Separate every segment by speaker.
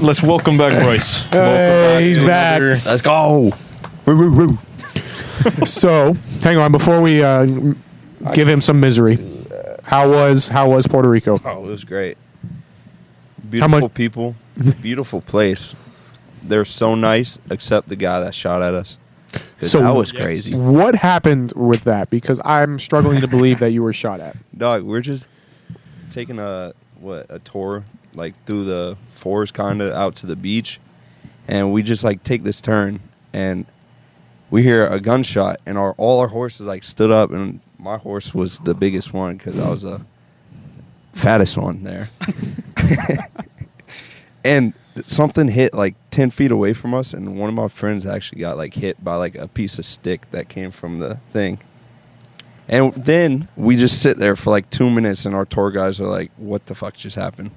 Speaker 1: Let's welcome back Bryce. Welcome
Speaker 2: Hey, he's
Speaker 1: to
Speaker 2: back.
Speaker 1: another-
Speaker 3: Let's go.
Speaker 2: Woo, woo, woo. so, hang on before we uh, give him some misery. How was how was Puerto Rico?
Speaker 3: Oh, it was great.
Speaker 2: How
Speaker 3: Beautiful
Speaker 2: much-
Speaker 3: people. Beautiful place. They're so nice, except the guy that shot at us. 'Cause
Speaker 2: So-
Speaker 3: that was
Speaker 2: Yes.
Speaker 3: crazy.
Speaker 2: What happened with that? Because I'm struggling to believe that you were shot at.
Speaker 3: Dog, we're just taking a what a tour like through the forest, kind of out to the beach, and we just like take this turn, and we hear a gunshot, and our all our horses like stood up, and my horse was the biggest one because I was the fattest one there, and something hit like ten feet away from us, and one of my friends actually got like hit by like a piece of stick that came from the thing. And then we just sit there for like two minutes, and our tour guys are like, "What the fuck just happened?"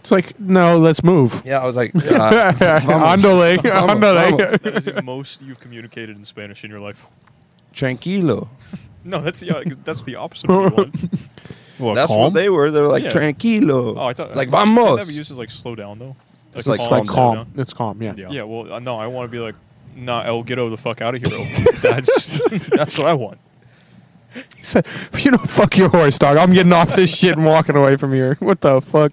Speaker 2: It's like no, let's move.
Speaker 3: Yeah, I was like, uh, vamos,
Speaker 2: Andale,
Speaker 3: vamos,
Speaker 2: andale.
Speaker 3: vamos.
Speaker 1: That is the most you've communicated in Spanish in your life.
Speaker 3: "Tranquilo."
Speaker 1: No, that's the, uh, that's the opposite of what you want. Well,
Speaker 3: That's what they were. They're like,
Speaker 1: Yeah.
Speaker 3: "Tranquilo."
Speaker 1: Oh, I thought
Speaker 3: like
Speaker 1: I-
Speaker 3: vamos.
Speaker 1: That uses like slow down though.
Speaker 2: It's
Speaker 3: It's
Speaker 2: like
Speaker 3: Calm down.
Speaker 2: calm. It's calm. Yeah.
Speaker 1: slow down. Yeah. Well, uh, no, I want to be like, nah, El Ghetto, the fuck out of here. El." that's that's what I want.
Speaker 2: He said, "You know, fuck your horse, dog. I'm getting off this shit and walking away from here. What the fuck?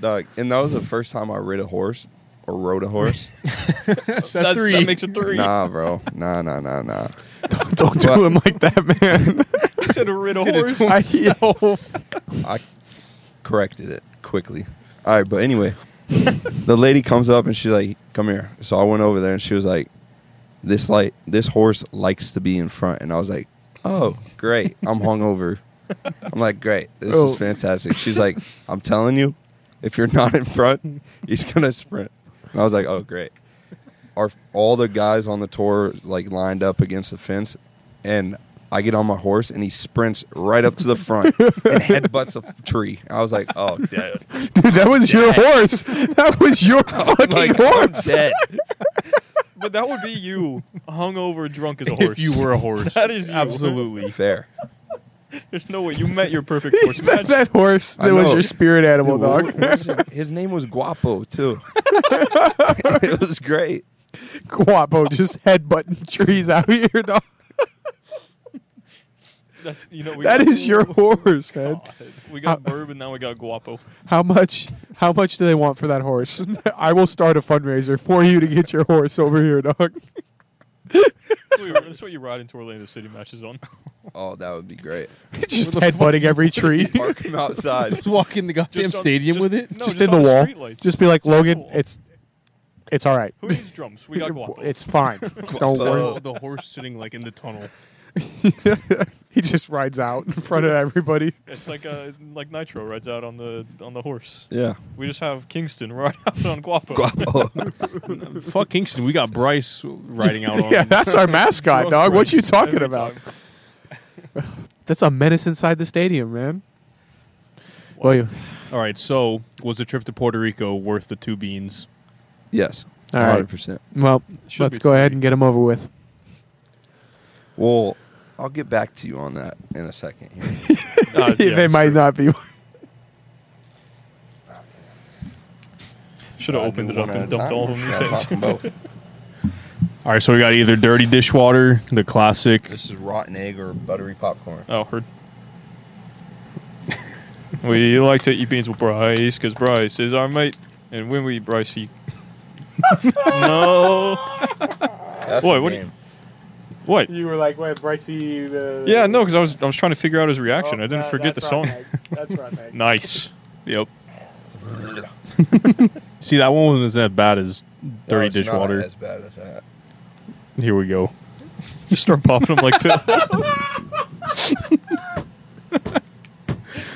Speaker 3: Dog, and that was the first time I rid a horse or rode a horse.
Speaker 1: That's, That makes it three.
Speaker 3: nah, bro. Nah, nah, nah, nah.
Speaker 2: Don't do him like that, man.
Speaker 1: You said a riddle horse.
Speaker 2: I, yo,
Speaker 3: I corrected it quickly. All right, but anyway, the lady comes up and she's like, "Come here." So I went over there and she was like, "This like this horse likes to be in front," and I was like, "Oh, great! I'm hungover." I'm like, "Great, this
Speaker 2: Oh.
Speaker 3: is fantastic." She's like, "I'm telling you, if you're not in front, he's gonna sprint." And I was like, "Oh, great." Our all the guys on the tour like lined up against the fence, and I get on my horse and he sprints right up to the front and headbutts a tree. I was like, "Oh, dead."
Speaker 2: dude, that was your horse. That was your
Speaker 3: Oh
Speaker 2: fucking
Speaker 3: like,
Speaker 2: horse.
Speaker 3: dead.
Speaker 1: But that would be you, hungover, drunk as a horse.
Speaker 4: If you were a horse,
Speaker 1: That is you.
Speaker 4: absolutely.
Speaker 3: Fair.
Speaker 1: There's no way you met your perfect horse.
Speaker 2: that,
Speaker 1: Imagine-
Speaker 2: that horse
Speaker 3: I
Speaker 2: that was
Speaker 3: know.
Speaker 2: your spirit animal, dog.
Speaker 3: What was his, his name was Guapo too. it was great.
Speaker 2: Guapo just headbutting trees out here, dog.
Speaker 1: That's you know we
Speaker 2: That
Speaker 1: got-
Speaker 2: is your horse, man.
Speaker 1: We got
Speaker 2: Uh,
Speaker 1: bourbon, now we got guapo.
Speaker 2: How much? How much do they want for that horse? I will start a fundraiser for you to get your horse over here, dog.
Speaker 1: That's what you, that's what you ride into Orlando City matches on.
Speaker 3: Oh, that would be great.
Speaker 2: just headbutting every tree.
Speaker 3: Park him outside.
Speaker 4: Just walk in the goddamn
Speaker 1: Just on-
Speaker 4: stadium
Speaker 1: just-
Speaker 4: with it.
Speaker 1: no,
Speaker 2: just,
Speaker 1: just
Speaker 2: in the
Speaker 1: on the
Speaker 2: wall.
Speaker 1: streetlights.
Speaker 2: Just be like, Logan,
Speaker 1: Cool.
Speaker 2: it's it's all right.
Speaker 1: Who needs drums? We got guapo.
Speaker 2: It's fine. Don't
Speaker 4: So
Speaker 2: worry.
Speaker 4: the horse sitting like in the tunnel.
Speaker 2: He just rides out in front of everybody.
Speaker 1: It's like uh, it's like Nitro rides out on the on the horse.
Speaker 3: Yeah.
Speaker 1: We just have Kingston ride out on Guapo.
Speaker 3: Guapo.
Speaker 4: Fuck Kingston, we got Bryce riding out on.
Speaker 2: Yeah, that's our mascot,
Speaker 4: Drunk
Speaker 2: dog. What you
Speaker 4: race
Speaker 2: talking
Speaker 1: Every
Speaker 2: about?
Speaker 1: time.
Speaker 2: That's a menace inside the stadium, man. Well, you-
Speaker 4: All right, so was the trip to Puerto Rico worth the two beans?
Speaker 3: Yes.
Speaker 2: All
Speaker 3: All
Speaker 2: right.
Speaker 3: right. 100%.
Speaker 2: well,
Speaker 1: Should
Speaker 2: let's
Speaker 1: be
Speaker 2: go ahead
Speaker 1: three.
Speaker 2: and get him over with.
Speaker 3: Well, I'll get back to you on that in a second here.
Speaker 1: Uh, yeah,
Speaker 2: they
Speaker 1: it's
Speaker 2: might
Speaker 1: true.
Speaker 2: not be.
Speaker 1: Should have opened it up and dumped all of them.
Speaker 3: Yeah, pop
Speaker 1: Yeah,
Speaker 3: 'em both.
Speaker 4: All right, so we got either dirty dishwater, the classic.
Speaker 3: This is rotten egg or buttery popcorn.
Speaker 1: oh, heard. we like to eat beans with Bryce because Bryce is our mate, and when we eat Bryce, he. no.
Speaker 3: That's
Speaker 1: Wait,
Speaker 3: the
Speaker 1: what do you-
Speaker 3: name.
Speaker 1: What?
Speaker 2: You were like, "Wait, Brycey." Uh,
Speaker 1: Yeah, no, because I was I was trying to figure out his reaction. I didn't forget the song.
Speaker 2: Oh, That's right.
Speaker 1: Nice.
Speaker 4: Yep. See, that one wasn't as bad as
Speaker 3: No,
Speaker 4: dirty
Speaker 3: it's not
Speaker 4: dishwater.
Speaker 3: as bad as that.
Speaker 4: Here we go.
Speaker 1: Just start popping them like pills.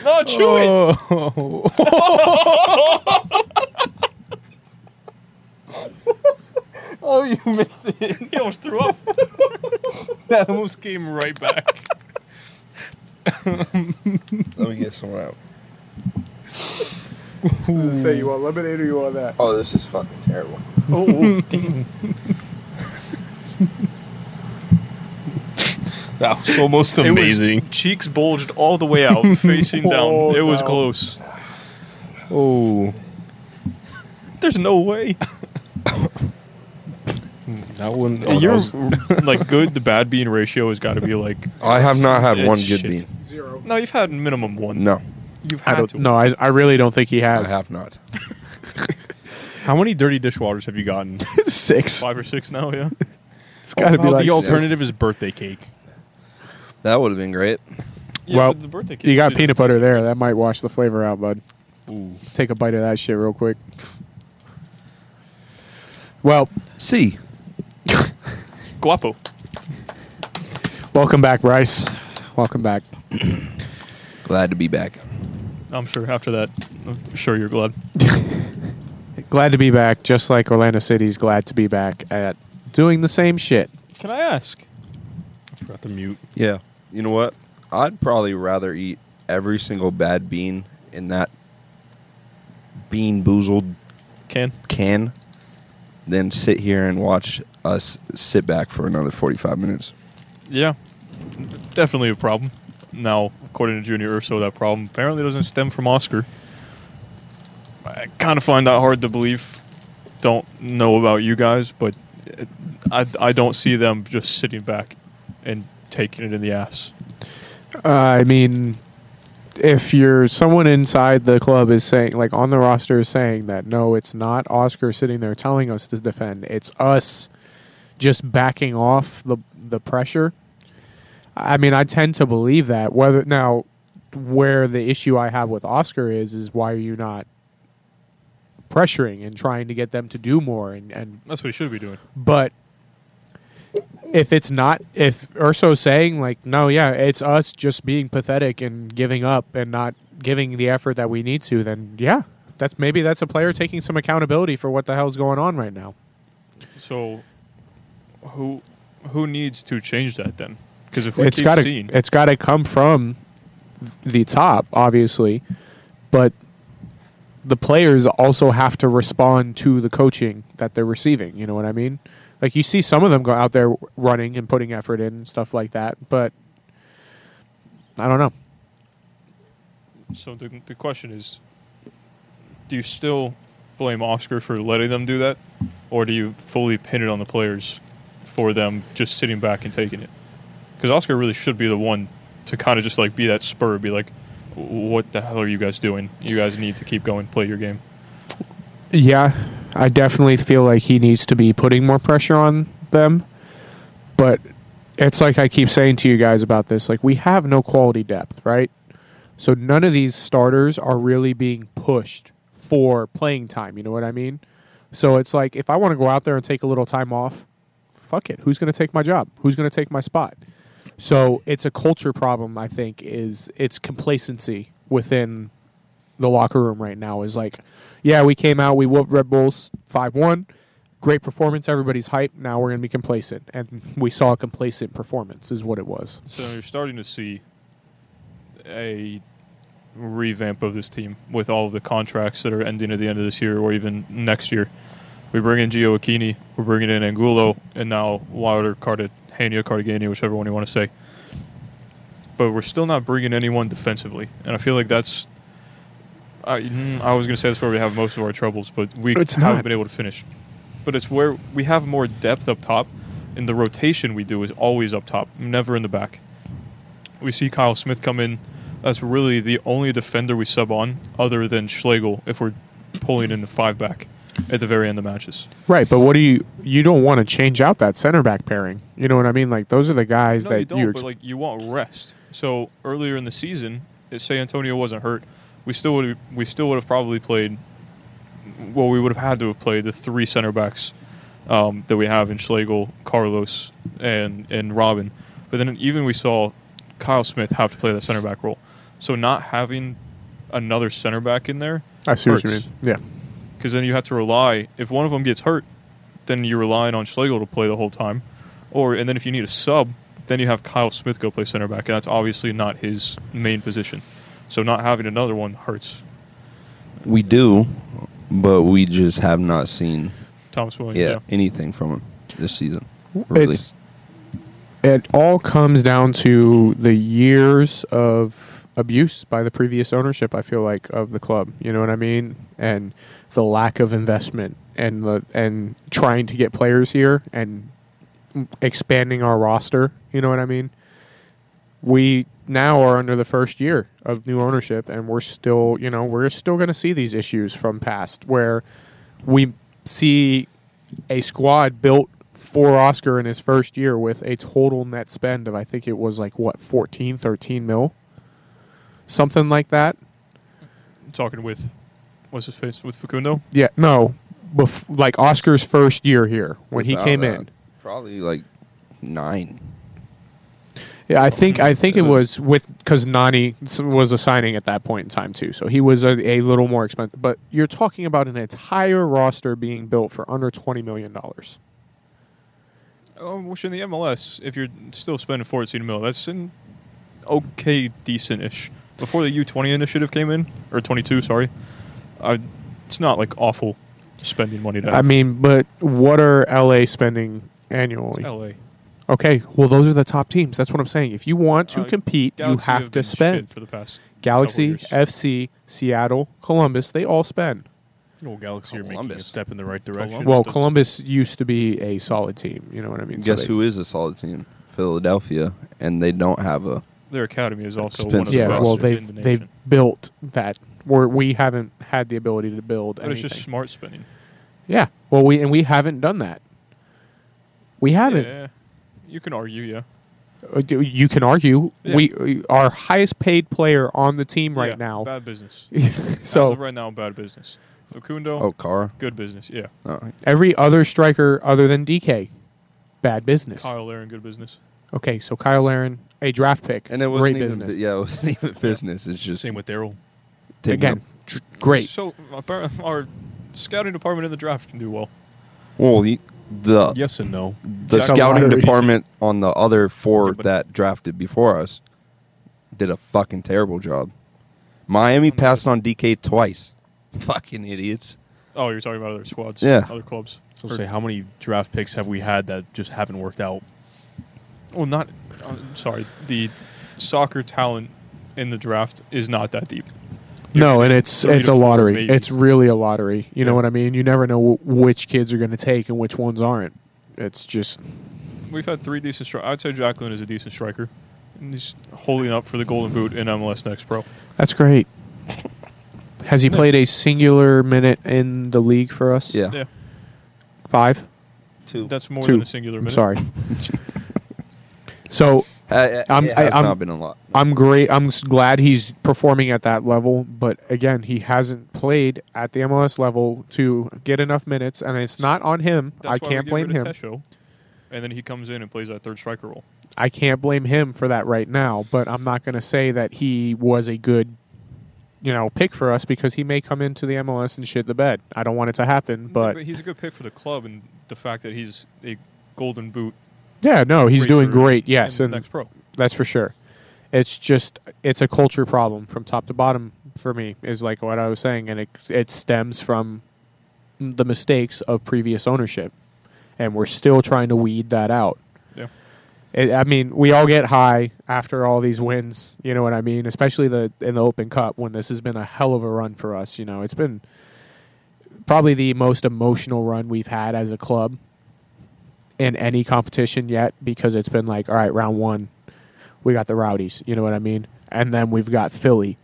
Speaker 1: no, chew it.
Speaker 4: Oh, Oh, you missed it.
Speaker 1: He almost threw up.
Speaker 4: That almost came right back.
Speaker 3: Let me get some out.
Speaker 2: Say you want lemonade or you want that?
Speaker 3: Oh, this is fucking terrible.
Speaker 1: Oh,
Speaker 4: That was almost
Speaker 1: It was-
Speaker 4: amazing.
Speaker 1: cheeks bulged all the way out, facing down.
Speaker 2: Oh,
Speaker 1: It was
Speaker 2: no.
Speaker 1: close.
Speaker 4: oh.
Speaker 1: There's no way.
Speaker 4: Oh, That wouldn't.
Speaker 1: You're like good. The bad bean ratio has got to be like.
Speaker 3: I have not had
Speaker 1: Yeah,
Speaker 3: one
Speaker 1: shit.
Speaker 3: good bean.
Speaker 2: Zero.
Speaker 1: No, you've had minimum one.
Speaker 3: No,
Speaker 1: you've
Speaker 2: I
Speaker 1: had
Speaker 2: don't.
Speaker 1: to.
Speaker 2: No, I, I really don't think he
Speaker 3: I
Speaker 2: has.
Speaker 3: have not.
Speaker 4: how many dirty dishwaters have you gotten?
Speaker 2: six.
Speaker 1: five or six now. Yeah,
Speaker 2: It's got to be
Speaker 4: Well,
Speaker 2: like
Speaker 4: the
Speaker 2: six.
Speaker 4: alternative is birthday cake.
Speaker 3: That would have been great.
Speaker 1: Yeah,
Speaker 2: Well,
Speaker 1: but the birthday cake
Speaker 2: You got
Speaker 1: is-
Speaker 2: peanut butter there. That might wash the flavor out, bud. Take a bite of that shit real quick. Well,
Speaker 3: See,
Speaker 1: Guapo.
Speaker 2: welcome back, Bryce. Welcome back.
Speaker 3: glad to be back.
Speaker 1: I'm sure after that, I'm sure you're glad.
Speaker 2: Glad to be back, just like Orlando City's glad to be back at doing the same shit.
Speaker 1: Can I ask?
Speaker 4: I forgot to mute.
Speaker 3: Yeah. You know what? I'd probably rather eat every single bad bean in that bean boozled
Speaker 1: Can
Speaker 3: can than sit here and watch us sit back for another 45 minutes.
Speaker 1: yeah, definitely a problem. Now, according to Junior Urso, that problem apparently doesn't stem from Oscar. I kind of find that hard to believe. Don't know about you guys, but it- I I don't see them just sitting back and taking it in the ass.
Speaker 2: Uh, I mean, if you're someone inside the club is saying, like on the roster is saying that, no, it's not Oscar sitting there telling us to defend. It's us just backing off the the pressure. I mean, I tend to believe that. Whether now, where the issue I have with Oscar is, is why are you not pressuring and trying to get them to do more and, and
Speaker 1: That's what he should be doing.
Speaker 2: but if it's not if urso's saying like no yeah it's us just being pathetic and giving up and not giving the effort that we need to then yeah that's maybe that's a player taking some accountability for what the hell's going on right now
Speaker 1: So, who who needs to change that then? Because if we
Speaker 2: it's
Speaker 1: keep
Speaker 2: got to
Speaker 1: seeing,
Speaker 2: it's got to come from the top obviously but the players also have to respond to the coaching that they're receiving you know what i mean like you see some of them go out there running and putting effort in and stuff like that but i don't know
Speaker 1: so the, the question is, do you still blame Oscar for letting them do that, or do you fully pin it on the players for them just sitting back and taking it? Because Oscar really should be the one to kind of just like be that spur, be like, "What the hell are you guys doing? You guys need to keep going, play your game."
Speaker 2: yeah i definitely feel like he needs to be putting more pressure on them but it's like i keep saying to you guys about this like we have no quality depth right So none of these starters are really being pushed for playing time. You know what I mean? So it's like if I want to go out there and take a little time off, fuck it. Who's going to take my job? Who's going to take my spot? So it's a culture problem. I think is it's complacency within the locker room right now. Is like, yeah, we came out, we whooped Red Bulls five one. Great performance. Everybody's hype. Now we're going to be complacent, and we saw a complacent performance, is what it was.
Speaker 1: So you're starting to see a revamp of this team with all of the contracts that are ending at the end of this year or even next year. We bring in Gio Aquini, we're bringing in Angulo, and now Wilder, Cartagena, Cartagena, whichever one you want to say. But we're still not bringing anyone defensively, and I feel like that's. I, mm, I was going to say that's where we have most of our troubles, but we
Speaker 2: It's
Speaker 1: haven't
Speaker 2: not.
Speaker 1: been able to finish. But it's where we have more depth up top, and the rotation we do is always up top, never in the back we see Kyle Smith come in. That's really the only defender we sub on, other than Schlegel, if we're pulling in the five back at the very end of matches.
Speaker 2: Right, but what do you you don't want to change out that center back pairing? You know what I mean? Like those are the guys
Speaker 1: No,
Speaker 2: that
Speaker 1: you don't,
Speaker 2: you're
Speaker 1: but like you want rest. So earlier in the season, if say Antonio wasn't hurt, we still would we still would have probably played. Well, we would have had to have played the three center backs um, that we have in Schlegel, Carlos, and and Robin. But then even we saw Kyle Smith have to play that center back role. So not having another center back in there
Speaker 2: I see what you mean.
Speaker 1: hurts.
Speaker 2: Yeah.
Speaker 1: because then you have to rely. If one of them gets hurt, then you're relying on Schlegel to play the whole time, or and then if you need a sub, then you have Kyle Smith go play center back, and that's obviously not his main position. So not having another one hurts.
Speaker 3: We do, but we just have not seen
Speaker 1: Thomas Williams.
Speaker 3: yeah,
Speaker 1: Yeah.
Speaker 3: anything from him this season. Really.
Speaker 2: It's it all comes down to the years of abuse by the previous ownership. I feel like of the club, you know what I mean, and the lack of investment and the and trying to get players here and expanding our roster. You know what I mean. We now are under the first year of new ownership, and we're still, you know, we're still going to see these issues from past where we see a squad built for Oscar in his first year with a total net spend of I think it was like what 14 13 mil something like that
Speaker 1: talking with what's his face with Facundo.
Speaker 2: yeah no bef- like Oscar's first year here when he
Speaker 3: Without
Speaker 2: came
Speaker 3: that,
Speaker 2: in
Speaker 3: Probably like nine.
Speaker 2: yeah I think I think it
Speaker 3: It
Speaker 2: was
Speaker 3: was-
Speaker 2: with cuz Nani s- was a signing at that point in time too so he was a, a little more expensive but you're talking about an entire roster being built for under 20 million dollars
Speaker 1: Oh, which in the MLS, if you're still spending 14 mil, that's in okay, decent-ish. Before the U20 initiative came in, or 22, sorry, I, it's not like awful spending money to
Speaker 2: I
Speaker 1: have.
Speaker 2: mean but what are LA spending
Speaker 1: It's
Speaker 2: annually
Speaker 1: LA.
Speaker 2: Okay, well, those are the top teams. That's what I'm saying. If you want to
Speaker 1: Uh,
Speaker 2: compete,
Speaker 1: Galaxy
Speaker 2: you have to
Speaker 1: been
Speaker 2: spend.
Speaker 1: shit for the past couple
Speaker 2: Galaxy,
Speaker 1: years.
Speaker 2: FC, Seattle, Columbus, they all spend.
Speaker 4: Well, Galaxy are making a
Speaker 3: Columbus.
Speaker 4: step in the right direction.
Speaker 1: Columbus
Speaker 2: well,
Speaker 1: doesn't-
Speaker 2: Columbus used to be a solid team. You know what I mean? So
Speaker 3: Guess
Speaker 2: they-
Speaker 3: who is a solid team? Philadelphia, and they don't have a.
Speaker 1: Their academy is also one of the
Speaker 3: Expensive
Speaker 2: Yeah,
Speaker 1: best
Speaker 2: well,
Speaker 1: in
Speaker 2: they've,
Speaker 1: the nation.
Speaker 2: they've built that. Where we haven't had the ability to build
Speaker 1: But it's
Speaker 2: anything.
Speaker 1: just smart spending.
Speaker 2: yeah, well, we and we haven't done that. We haven't.
Speaker 1: Yeah, you can argue, yeah.
Speaker 2: Uh, do- You can argue
Speaker 1: Yeah.
Speaker 2: we our highest paid player on the team right
Speaker 1: Yeah,
Speaker 2: now.
Speaker 1: bad business. As
Speaker 2: so
Speaker 1: of right now, bad business. Facundo,
Speaker 3: Oh, Carr.
Speaker 1: good business. Yeah,
Speaker 3: Oh,
Speaker 2: every other striker other than DK, bad business.
Speaker 1: Kyle Aaron, good business.
Speaker 2: Okay, so Kyle Aaron, a draft pick,
Speaker 3: and it wasn't
Speaker 2: great
Speaker 3: even.
Speaker 2: business.
Speaker 3: bu- yeah, it wasn't even business. It's just
Speaker 4: Same with Daryl.
Speaker 3: taking
Speaker 2: Again,
Speaker 3: up-
Speaker 2: tr- great.
Speaker 1: So appar- our scouting department in the draft can do well.
Speaker 3: Well, the the,
Speaker 4: Yes and no.
Speaker 3: the
Speaker 2: Jack-
Speaker 3: scouting
Speaker 2: Lottery.
Speaker 3: department on the other four
Speaker 4: Yeah, but-
Speaker 3: that drafted before us did a fucking terrible job. Miami passed on DK twice. Fucking idiots.
Speaker 1: Oh, you're talking about other squads,
Speaker 3: Yeah.
Speaker 1: other clubs.
Speaker 4: So
Speaker 1: Or-
Speaker 4: say, how many draft picks have we had that just haven't worked out?
Speaker 1: well, not. I'm sorry, the soccer talent in the draft is not that deep.
Speaker 2: No, and it's
Speaker 1: three
Speaker 2: it's
Speaker 1: to
Speaker 2: a
Speaker 1: four,
Speaker 2: lottery.
Speaker 1: maybe.
Speaker 2: It's really a lottery. You know
Speaker 1: Yeah.
Speaker 2: what I mean? You never know wh- which kids are going to take and which ones aren't. It's just
Speaker 1: We've had three decent strikers. I'd say Jacqueline is a decent striker. And he's holding up for the Golden Boot in MLS Next Pro.
Speaker 2: that's great. Has he played a singular minute in the league for us?
Speaker 3: Yeah.
Speaker 1: Yeah,
Speaker 2: five.
Speaker 3: Two.
Speaker 1: that's more
Speaker 2: Two.
Speaker 1: than a singular
Speaker 2: I'm
Speaker 1: minute.
Speaker 2: sorry. so I'm-
Speaker 3: I'm,
Speaker 2: I-
Speaker 3: has
Speaker 2: I'm-
Speaker 3: not been a lot.
Speaker 2: I'm great. I'm s- glad he's performing at that level, but again, he hasn't played at the MLS level to get enough minutes, and it's not on him.
Speaker 1: That's
Speaker 2: I
Speaker 1: why
Speaker 2: can't
Speaker 1: we get
Speaker 2: blame
Speaker 1: rid of
Speaker 2: him.
Speaker 1: Tesho, and then he comes in and plays that third striker role.
Speaker 2: I can't blame him for that right now, but I'm not going to say that he was a good, you know, pick for us because he may come into the MLS and shit the bed. I don't want it to happen, but
Speaker 1: he's a good pick for the club, and the fact that he's a Golden Boot.
Speaker 2: yeah, no, he's doing
Speaker 1: research
Speaker 2: great. Yes,
Speaker 1: in
Speaker 2: and
Speaker 1: the Next Pro.
Speaker 2: That's for sure. It's just it's a culture problem from top to bottom for me is like what I was saying, and it it stems from the mistakes of previous ownership, and we're still trying to weed that out.
Speaker 1: Yeah.
Speaker 2: It, I mean, we all get high after all these wins. You know what I mean? Especially the in the Open Cup when this has been a hell of a run for us. You know, it's been probably the most emotional run we've had as a club in any competition yet because it's been like, all right, round one, we got the Rowdies. You know what I mean? And then we've got Philly,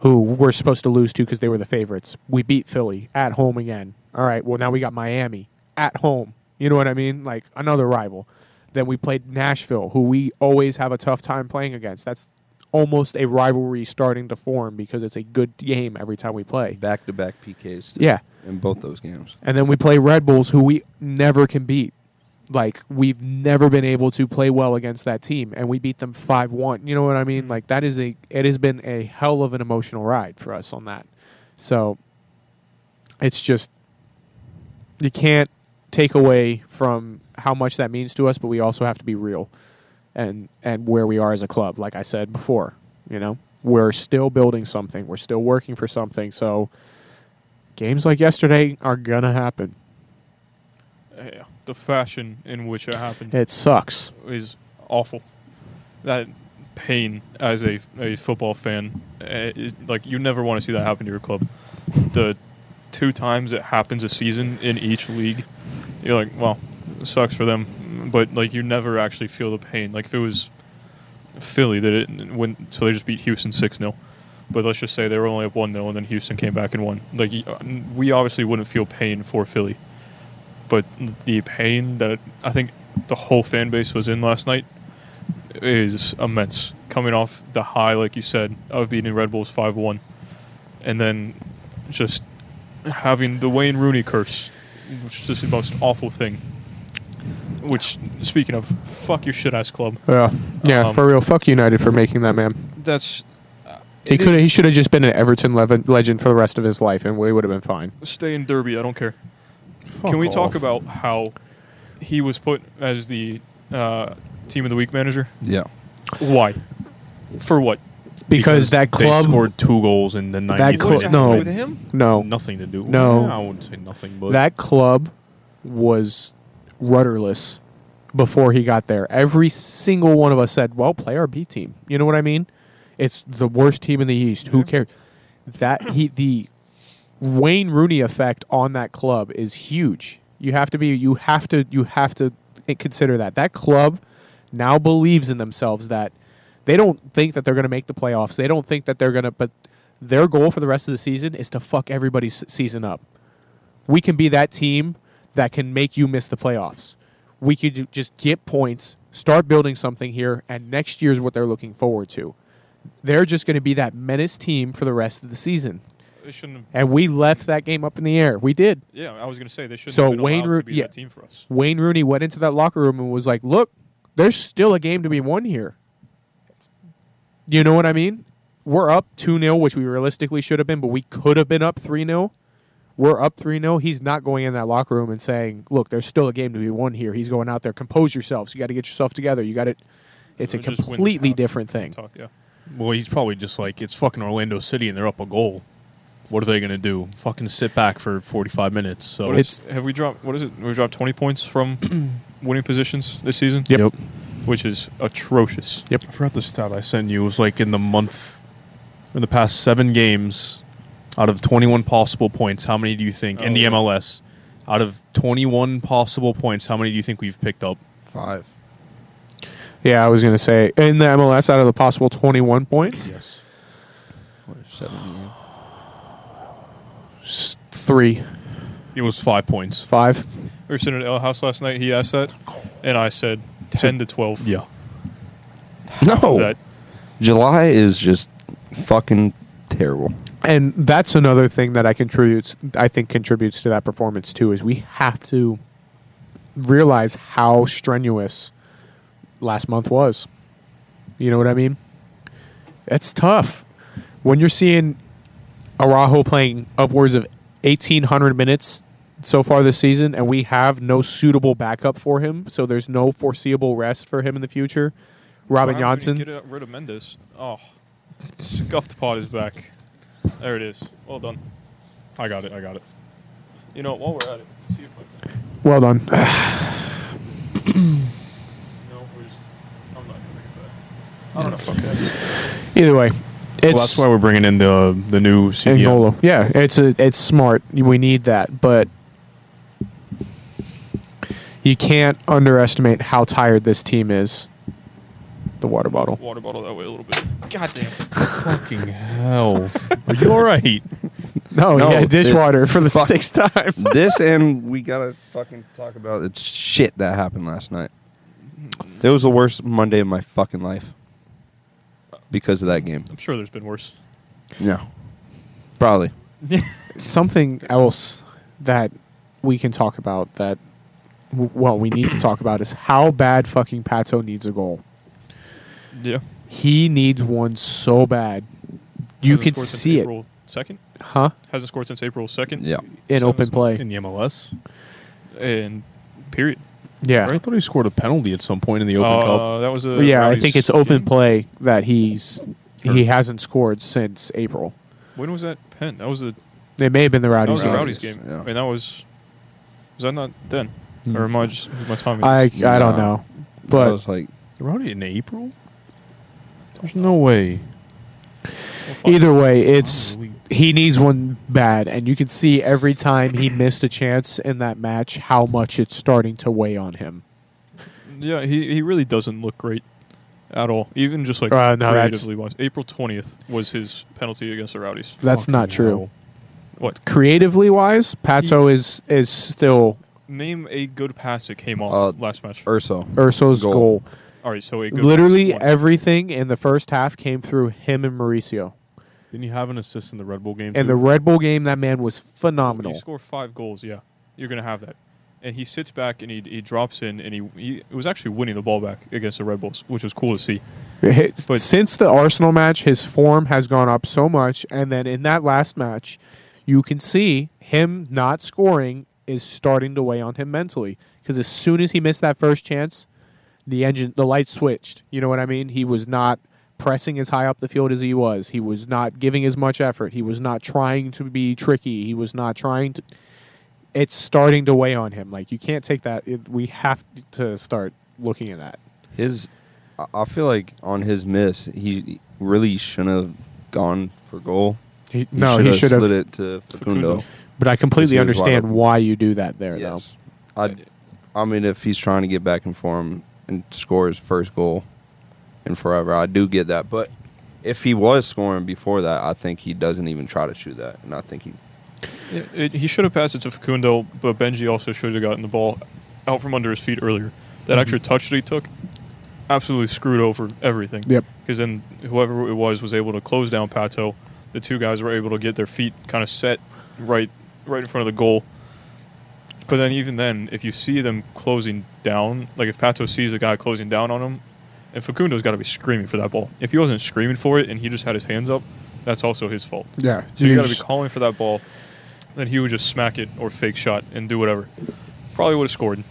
Speaker 2: who we're supposed to lose to because they were the favorites. We beat Philly at home again. All right, well, now we got Miami at home. You know what I mean? Like another rival. Then we played Nashville, who we always have a tough time playing against. That's almost a rivalry starting to form because it's a good game every time we play.
Speaker 3: Back to back PKs. too,
Speaker 2: Yeah.
Speaker 3: In both those games.
Speaker 2: And then we play Red Bulls, who we never can beat. Like we've never been able to play well against that team, and we beat them five one. You know what I mean? Like that is a it has been a hell of an emotional ride for us on that. So it's just you can't take away from how much that means to us, but we also have to be real and and where we are as a club. Like I said before, you know, we're still building something. We're still working for something. So games like yesterday are gonna happen.
Speaker 1: Yeah, the fashion in which it happened
Speaker 2: It sucks.
Speaker 1: is awful. That pain as a, a football fan. Eh, it- Like you never want to see that happen to your club. The two times it happens a season in each league, you're like, well, it sucks for them. But like you never actually feel the pain. Like if it was Philly that it when so they just beat Houston six 0 but let's just say they were only up one 0 and then Houston came back and won. Like y- uh, we obviously wouldn't feel pain for Philly, but the pain that I think the whole fan base was in last night is immense. Coming off the high, like you said, of beating Red Bulls five one, and then just having the Wayne Rooney curse, which is just the most awful thing. Which, speaking of, fuck your shit ass club.
Speaker 2: Yeah, yeah,
Speaker 1: Um,
Speaker 2: for real. Fuck United for making that man.
Speaker 1: That's
Speaker 2: He
Speaker 1: It
Speaker 2: could.
Speaker 1: is-
Speaker 2: He should have just been an Everton lev- legend for the rest of his life, and we would have been fine.
Speaker 1: stay in Derby. I don't care. Can we talk about how he was put as the uh, team of the week manager?
Speaker 3: Yeah.
Speaker 1: Why? For what?
Speaker 2: because, that
Speaker 4: they
Speaker 2: club?
Speaker 4: scored two goals in the 90th
Speaker 2: That club-
Speaker 4: minute.
Speaker 2: What's no.
Speaker 1: with him?
Speaker 2: no,
Speaker 4: nothing to do. with
Speaker 2: No.
Speaker 4: it. I wouldn't say nothing, but
Speaker 2: that club was rudderless before he got there. Every single one of us said, "Well, play our B team." You know what I mean? It's the worst team in the East. Who cares? That he the Wayne Rooney effect on that club is huge. You have to be you have to you have to consider that. That club now believes in themselves that they don't think that they're going to make the playoffs. They don't think that they're going to but their goal for the rest of the season is to fuck everybody's s- season up we can be that team that can make you miss the playoffs. We could ju- just get points, start building something here, and next year's what they're looking forward to. They're just going to be that menace team for the rest of the season.
Speaker 1: They shouldn't have.
Speaker 2: And we left that game up in the air. We did.
Speaker 1: Yeah, I was going to say they shouldn't
Speaker 2: So
Speaker 1: have been
Speaker 2: Wayne
Speaker 1: allowed
Speaker 2: Root-
Speaker 1: to be
Speaker 2: yeah.
Speaker 1: that team for us.
Speaker 2: Wayne Rooney went into that locker room and was like, "Look, there's still a game to be won here." You know what I mean? We're up 2-0, which we realistically should have been, but we could have been up 3-0. We're up 3-0. He's not going in that locker room and saying, "Look, there's still a game to be won here." He's going out there, "Compose yourselves. You got to get yourself together. You got to It's a
Speaker 1: Just win this
Speaker 2: completely
Speaker 1: out.
Speaker 2: different thing.
Speaker 1: Talk, yeah.
Speaker 4: well, he's probably just like it's fucking Orlando City and they're up a goal. What are they gonna do? Fucking sit back for 45 minutes. So
Speaker 1: What is- have we dropped? What is it? We've dropped twenty points from winning positions this season.
Speaker 2: Yep.
Speaker 1: which is atrocious.
Speaker 4: Yep. I forgot the stat I sent you. It was like in the month, in the past seven games, out of 21 possible points, how many do you think in
Speaker 1: Oh,
Speaker 4: the
Speaker 1: yeah.
Speaker 4: MLS? Out of 21 possible points, how many do you think we've picked up?
Speaker 3: Five.
Speaker 2: Yeah, I was going to say in the MLS out of the possible 21 points,
Speaker 4: Yes.
Speaker 3: Seven. yeah.
Speaker 2: 3,
Speaker 4: It was five points.
Speaker 2: 5.
Speaker 1: We were sitting at L House last night. He asked that, and I said ten to twelve.
Speaker 4: Yeah.
Speaker 2: Oh.
Speaker 3: No.
Speaker 1: That
Speaker 3: July is just fucking terrible.
Speaker 2: and that's another thing that I contributes. I think contributes to that performance too. Is we have to realize how strenuous last month was. You know what I mean? It's tough when you're seeing Araujo playing upwards of 1,800 minutes so far this season, and we have no suitable backup for him. So there's no foreseeable rest for him in the future. Robin
Speaker 1: Wow, we didn't
Speaker 2: Johnson.
Speaker 1: Get rid of Mendes. Oh, scuffed pot is back. There it is. Well done.
Speaker 4: I got it. I got it.
Speaker 1: You know, while we're at it, see if I can.
Speaker 2: Well done.
Speaker 1: No, where's. I'm not gonna get that. I don't know.
Speaker 2: Either way, it's
Speaker 4: well, that's why we're bringing in the the new
Speaker 2: and
Speaker 4: CDM.
Speaker 2: Nolo. Yeah, it's a, it's smart. We need that, but you can't underestimate how tired this team is. The water bottle.
Speaker 1: Water bottle that way a little bit. God damn.
Speaker 4: Fucking hell. Are you all right?
Speaker 2: No,
Speaker 3: No,
Speaker 2: yeah, dishwater
Speaker 3: it's-
Speaker 2: for the
Speaker 3: fuck.
Speaker 2: sixth time.
Speaker 3: this and we gotta fucking talk about the shit that happened last night. It was the worst Monday of my fucking life because of that game.
Speaker 1: I'm sure there's been worse.
Speaker 3: No, probably.
Speaker 2: Something else that we can talk about that w- well, we need to talk about is how bad fucking Pato needs a goal.
Speaker 1: Yeah.
Speaker 2: He needs one so bad. You could see it,
Speaker 1: April 2nd?
Speaker 2: huh?
Speaker 1: Hasn't scored since April 2nd.
Speaker 3: Yeah,
Speaker 2: In
Speaker 1: So
Speaker 2: open
Speaker 1: it's-
Speaker 2: play.
Speaker 4: In the MLS?
Speaker 1: And period.
Speaker 2: Yeah.
Speaker 4: I thought he scored a penalty at some point in the Open Cup.
Speaker 1: Uh, that was a.
Speaker 2: yeah, I
Speaker 1: Rowdy's
Speaker 2: think it's open
Speaker 1: game?
Speaker 2: play that he's
Speaker 1: Or-
Speaker 2: he hasn't scored since April.
Speaker 1: When was that pen? That was a.
Speaker 2: It may have been the
Speaker 1: That
Speaker 2: Rowdies.
Speaker 1: was a
Speaker 2: game.
Speaker 1: Rowdies
Speaker 3: Rowdies,
Speaker 1: game.
Speaker 3: yeah.
Speaker 1: And that was. Was that not then? Or am I just. My timing.
Speaker 2: Hmm. I I
Speaker 3: Nah.
Speaker 2: don't know,
Speaker 3: I
Speaker 2: but
Speaker 3: was like,
Speaker 4: Rowdy in April? There's no way.
Speaker 2: Either way, it's
Speaker 4: Holy-
Speaker 2: he needs one bad, and you can see every time he missed a chance in that match how much it's starting to weigh on him.
Speaker 1: Yeah, he, he really doesn't look great at all. Even just like
Speaker 2: Uh, no, that's-
Speaker 1: creatively wise. April twentieth was his penalty against the Rowdies.
Speaker 2: That's not
Speaker 4: Fucking
Speaker 2: true.
Speaker 4: hell.
Speaker 1: What?
Speaker 2: Creatively wise, Pato is is still
Speaker 1: Name a good pass that came off
Speaker 3: Uh,
Speaker 1: last match.
Speaker 3: Urso.
Speaker 2: Urso's
Speaker 3: Goal.
Speaker 2: goal.
Speaker 1: all right, so a good
Speaker 2: Literally
Speaker 1: pass won.
Speaker 2: everything in the first half came through him and Mauricio.
Speaker 4: Didn't you have an assist in the Red Bull game?
Speaker 2: And the
Speaker 4: too?
Speaker 2: Red Bull game, that man was
Speaker 1: When
Speaker 2: phenomenal.
Speaker 1: You score five goals, yeah, you're gonna have that. And he sits back and he, he drops in and he, he it was actually winning the ball back against the Red Bulls, which was cool to see.
Speaker 2: His-
Speaker 1: But-
Speaker 2: Since the Arsenal match, his form has gone up so much, and then in that last match, you can see him not scoring is starting to weigh on him mentally. Because as soon as he missed that first chance, the engine, the light switched. You know what I mean? He was not pressing as high up the field as he was. He was not giving as much effort. He was not trying to be tricky. He was not trying to. It's starting to weigh on him. Like you can't take that. It, we have to start looking at that.
Speaker 3: His, I- I feel like on his miss, he really shouldn't have gone for goal.
Speaker 2: He,
Speaker 3: He
Speaker 2: no, he should have
Speaker 3: slid it to Facundo.
Speaker 1: Facundo.
Speaker 2: But I completely
Speaker 3: Because he was wide
Speaker 2: understand
Speaker 3: open.
Speaker 2: why you do that there, though.
Speaker 3: Yes. I, I mean, if he's trying to get back in form and score his first goal in forever, I do get that. But if he was scoring before that, I think he doesn't even try to shoot that, and I think he.
Speaker 1: It, it, he should have passed it to Facundo, but Benji also should have gotten the ball out from under his feet earlier. That extra touch that he took absolutely screwed over everything.
Speaker 2: Yep.
Speaker 1: Because then whoever it was was able to close down Pato. The two guys were able to get their feet kind of set right right in front of the goal. But then even then, if you see them closing down, like if Pato sees a guy closing down on him, and Facundo's got to be screaming for that ball. If he wasn't screaming for it and he just had his hands up, that's also his fault.
Speaker 2: Yeah.
Speaker 1: So you got to be calling for that ball. Then he would just smack it or fake shot and do whatever. Probably would have scored.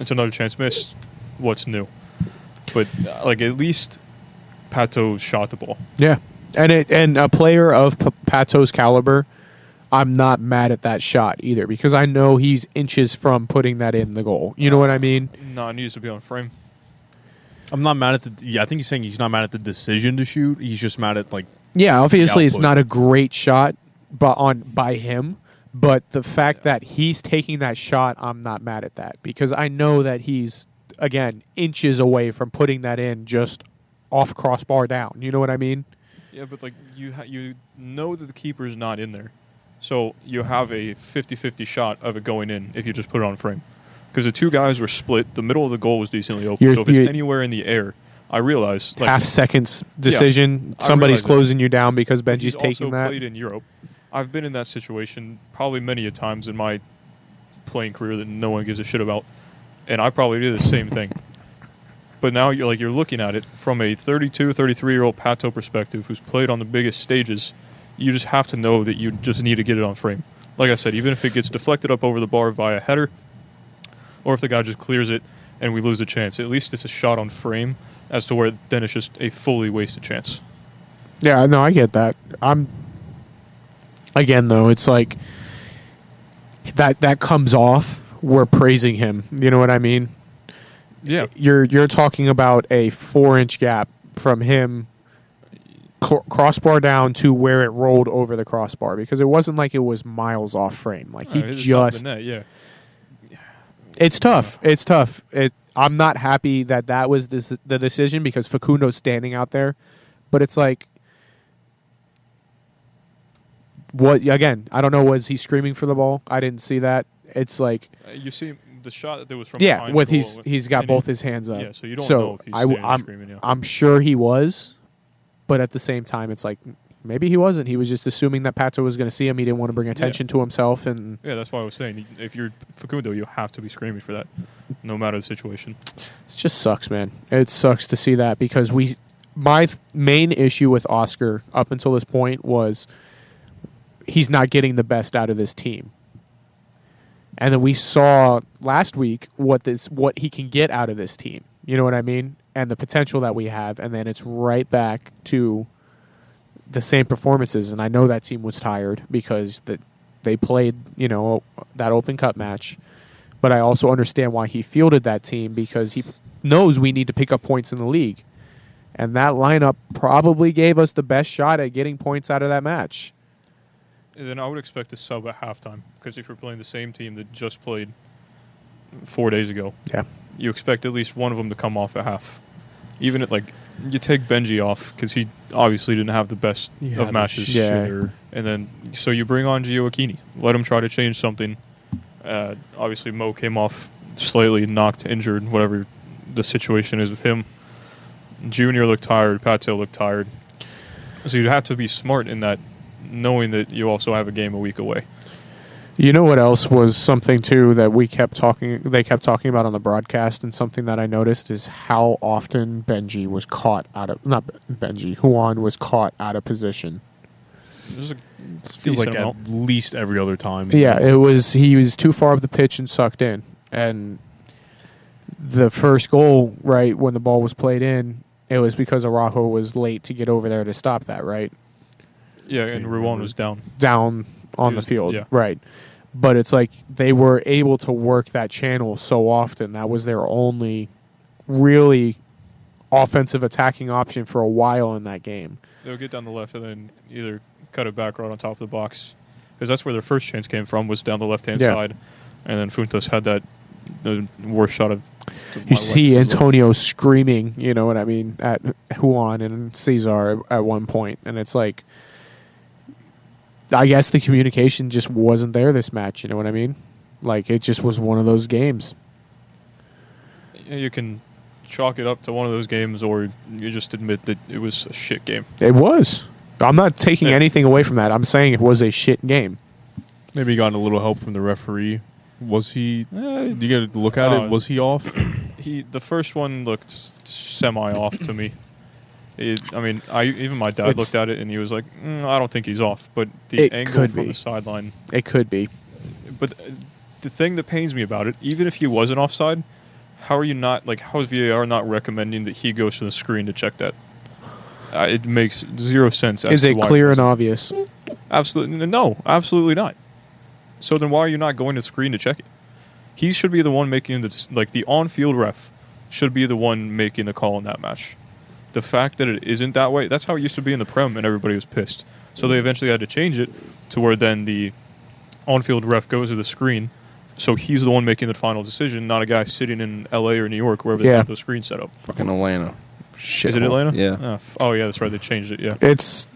Speaker 1: It's another chance missed. What's new? But uh, like at least Pato shot the ball.
Speaker 2: Yeah. And it and a player of P- Pato's caliber, I'm not mad at that shot either because I know he's inches from putting that in the goal. You know what I mean?
Speaker 1: No, it needs to be on frame.
Speaker 4: I'm not mad at the. Yeah, I think he's saying he's not mad at the decision to shoot. He's just mad at like
Speaker 2: Yeah, obviously it's
Speaker 4: output.
Speaker 2: not a great shot, but on by him. But the fact that he's taking that shot, I'm not mad at that because I know that he's again inches away from putting that in just off crossbar down. You know what I mean?
Speaker 1: Yeah, but like you ha- you know that the keeper's not in there. So you have a 50-50 shot of it going in if you just put it on frame. Because the two guys were split. The middle of the goal was decently open.
Speaker 2: You're-
Speaker 1: so if it's
Speaker 2: you're-
Speaker 1: anywhere in the air, I realize like,
Speaker 2: half seconds decision.
Speaker 1: I realize
Speaker 2: Somebody's
Speaker 1: that.
Speaker 2: closing you down because Benji's
Speaker 1: He's
Speaker 2: taking
Speaker 1: also
Speaker 2: that.
Speaker 1: played in Europe. I've been in that situation probably many a times in my playing career that no one gives a shit about, and I probably do the same thing. But now you're like you're looking at it from a 32, 33 year old Pato perspective, who's played on the biggest stages. You just have to know that you just need to get it on frame. Like I said, even if it gets deflected up over the bar via header, or if the guy just clears it and we lose a chance, at least it's a shot on frame as to where then it's just a fully wasted chance.
Speaker 2: Yeah, no, I get that. I'm again though, it's like that that comes off. We're praising him. You know what I mean?
Speaker 1: Yeah.
Speaker 2: You're you're talking about a four inch gap from him cl- crossbar down to where it rolled over the crossbar because it wasn't like it was miles off frame. Like he
Speaker 1: Alright, it's top of
Speaker 2: just
Speaker 1: the net, yeah.
Speaker 2: It's tough. It's tough. It, I'm not happy that that was this, the decision because Facundo's standing out there, but it's like, what again? I don't know. Was he screaming for the ball? I didn't see that. It's like,
Speaker 1: Uh, You see the shot that was from
Speaker 2: yeah,
Speaker 1: behind
Speaker 2: with
Speaker 1: the goal,
Speaker 2: he's he's got
Speaker 1: and he-
Speaker 2: both his hands up.
Speaker 1: Yeah, so you don't know if he's
Speaker 2: I,
Speaker 1: standing and
Speaker 2: am
Speaker 1: screaming. Yeah.
Speaker 2: I'm sure he was, but at the same time, it's like maybe he wasn't. He was just assuming that Pato was going to see him. He didn't want to bring attention to himself, and
Speaker 1: yeah, that's why I was saying if you're Facundo, you have to be screaming for that, no matter the situation.
Speaker 2: It just sucks, man. It sucks to see that because we, my th- main issue with Oscar up until this point was he's not getting the best out of this team. And then we saw last week what this what he can get out of this team. You know what I mean? And the potential that we have and then it's right back to the same performances and I know that team was tired because that they played, you know, that open cup match. But I also understand why he fielded that team because he knows we need to pick up points in the league. and that lineup probably gave us the best shot at getting points out of that match.
Speaker 1: Then I would expect a sub at halftime because if you're playing the same team that just played four days ago,
Speaker 2: Yeah.
Speaker 1: you expect at least one of them to come off at half. Even at like, you take Benji off because he obviously didn't have the best of matches.
Speaker 2: Yeah.
Speaker 1: And then, so you bring on Gio Aquini. Let him try to change something. Uh, obviously, Mo came off slightly knocked, injured, whatever the situation is with him. Junior looked tired. Patel looked tired. So you'd have to be smart in that, knowing that you also have a game a week away.
Speaker 2: You know what else was something too that we kept talking they kept talking about on the broadcast and something that I noticed is how often Benji was caught out of not Benji, Juan was caught out of position.
Speaker 1: There's a
Speaker 4: feels like
Speaker 1: decent
Speaker 4: at
Speaker 1: amount.
Speaker 4: least every other time.
Speaker 2: Yeah, it was he was too far up the pitch and sucked in. And the first goal, right, when the ball was played in, it was because Araujo was late to get over there to stop that, right?
Speaker 1: Yeah, and
Speaker 4: you
Speaker 1: Ruan
Speaker 4: remember?
Speaker 1: was down.
Speaker 2: Down on
Speaker 1: He
Speaker 2: the
Speaker 1: was-
Speaker 2: field.
Speaker 1: yeah.
Speaker 2: Right. But it's like they were able to work that channel so often. That was their only really offensive attacking option for a while in that game.
Speaker 1: They'll get down the left and then either cut it back right on top of the box because that's where their first chance came from was down the left hand
Speaker 2: Yeah.
Speaker 1: side, and then Funtas had that the worst shot of.
Speaker 2: You see Antonio screaming, you know what I mean, at Juan and Cesar at one point, and it's like, I guess the communication just wasn't there this match. You know what I mean? Like it just was one of those games.
Speaker 1: You can chalk it up to one of those games, or you just admit that it was a shit game.
Speaker 2: It was. I'm not taking
Speaker 1: Yeah.
Speaker 2: anything away from that. I'm saying it was a shit game.
Speaker 4: Maybe he got a little help from the referee. Was he?
Speaker 1: Eh,
Speaker 4: Did you get a look at
Speaker 1: Uh,
Speaker 4: it? Was he off?
Speaker 1: he the first one looked semi off to me. It, I mean, I even my dad
Speaker 2: It's-
Speaker 1: looked at it and he was like, mm, "I don't think he's off," but the
Speaker 2: It
Speaker 1: angle
Speaker 2: could
Speaker 1: from
Speaker 2: be.
Speaker 1: the sideline
Speaker 2: It could be.
Speaker 1: But uh, the thing that pains me about it, even if he was an offside, how are you not like how is VAR not recommending that he goes to the screen to check that? Uh, it makes zero sense. as
Speaker 2: Is
Speaker 1: to
Speaker 2: it
Speaker 1: why
Speaker 2: clear
Speaker 1: was-
Speaker 2: and obvious?
Speaker 1: Absolutely n- no, absolutely not. So then why are you not going to the screen to check it? He should be the one making the dec- like the on-field ref should be the one making the call in that match. The fact that it isn't that way, that's how it used to be in the Prem and everybody was pissed. So they eventually had to change it to where then the on-field ref goes to the screen. So he's the one making the final decision, not a guy sitting in LA or New York wherever they
Speaker 2: Yeah.
Speaker 1: have those screens set up.
Speaker 3: Fucking Atlanta. Shit.
Speaker 1: Is it Atlanta?
Speaker 3: Yeah.
Speaker 1: Oh, f- oh yeah, that's right. They changed it. Yeah.
Speaker 2: It's.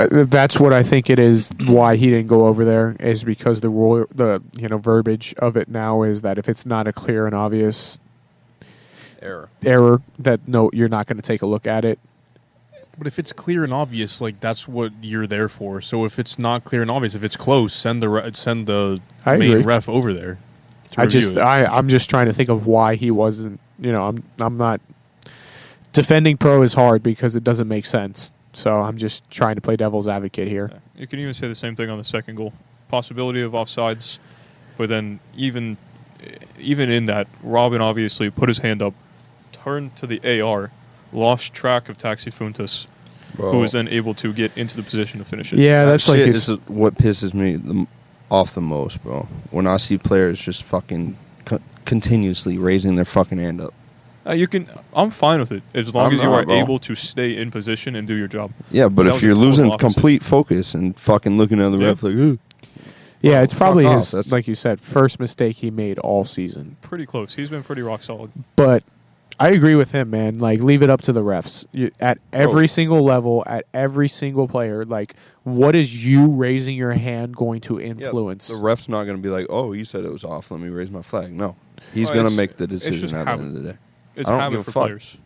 Speaker 2: uh, That's what I think it is. Why he didn't go over there is because the rule, the you know verbiage of it now is that if it's not a clear and obvious
Speaker 3: Oh. Error.
Speaker 2: error, that no, you're not going to take a look at it.
Speaker 4: But if it's clear and obvious, like that's what you're there for. So if it's not clear and obvious, if it's close, send the re- send the
Speaker 2: I
Speaker 4: main
Speaker 2: agree.
Speaker 4: ref over there. to
Speaker 2: I
Speaker 4: review
Speaker 2: just,
Speaker 4: it.
Speaker 2: I, I'm just trying to think of why he wasn't. You know, I'm, I'm not defending pro is hard because it doesn't make sense. So I'm just trying to play devil's advocate here.
Speaker 1: You can even say the same thing on the second goal. Possibility of offsides, but then even even in that, Robin obviously put his hand up, turned to the AR, lost track of Taxi Funtas, who was then able to get into the position to finish it.
Speaker 2: Yeah, that's like
Speaker 3: Shit,
Speaker 2: his,
Speaker 3: this is what pisses me the, m- off the most, bro. When I see players just fucking co- continuously raising their fucking hand up.
Speaker 1: Uh, you can. I'm fine with it as long
Speaker 3: I'm
Speaker 1: as you
Speaker 3: not,
Speaker 1: are
Speaker 3: bro.
Speaker 1: able to stay in position and do your job.
Speaker 3: Yeah, but
Speaker 1: That
Speaker 3: if
Speaker 1: was a
Speaker 3: you're
Speaker 1: total
Speaker 3: losing
Speaker 1: opposite.
Speaker 3: complete focus and fucking looking at the
Speaker 1: Yeah.
Speaker 3: ref like, ooh,
Speaker 2: yeah, it's probably
Speaker 3: fuck off,
Speaker 2: his,
Speaker 3: that's-
Speaker 2: like you said, first mistake he made all season.
Speaker 1: Pretty close. He's been pretty rock solid.
Speaker 2: but I agree with him, man. Like, leave it up to the refs you, at every
Speaker 3: Oh.
Speaker 2: single level, at every single player. Like, what is you raising your hand going to influence?
Speaker 3: The ref's not gonna be like, oh, you said it was off. Let me raise my flag. No, he's
Speaker 1: Well,
Speaker 3: gonna
Speaker 1: it's-
Speaker 3: make the
Speaker 1: it's just
Speaker 3: decision at the
Speaker 1: habit.
Speaker 3: end of the day.
Speaker 1: It's
Speaker 3: I don't
Speaker 1: habit
Speaker 3: give a
Speaker 1: for
Speaker 3: fuck.
Speaker 1: players.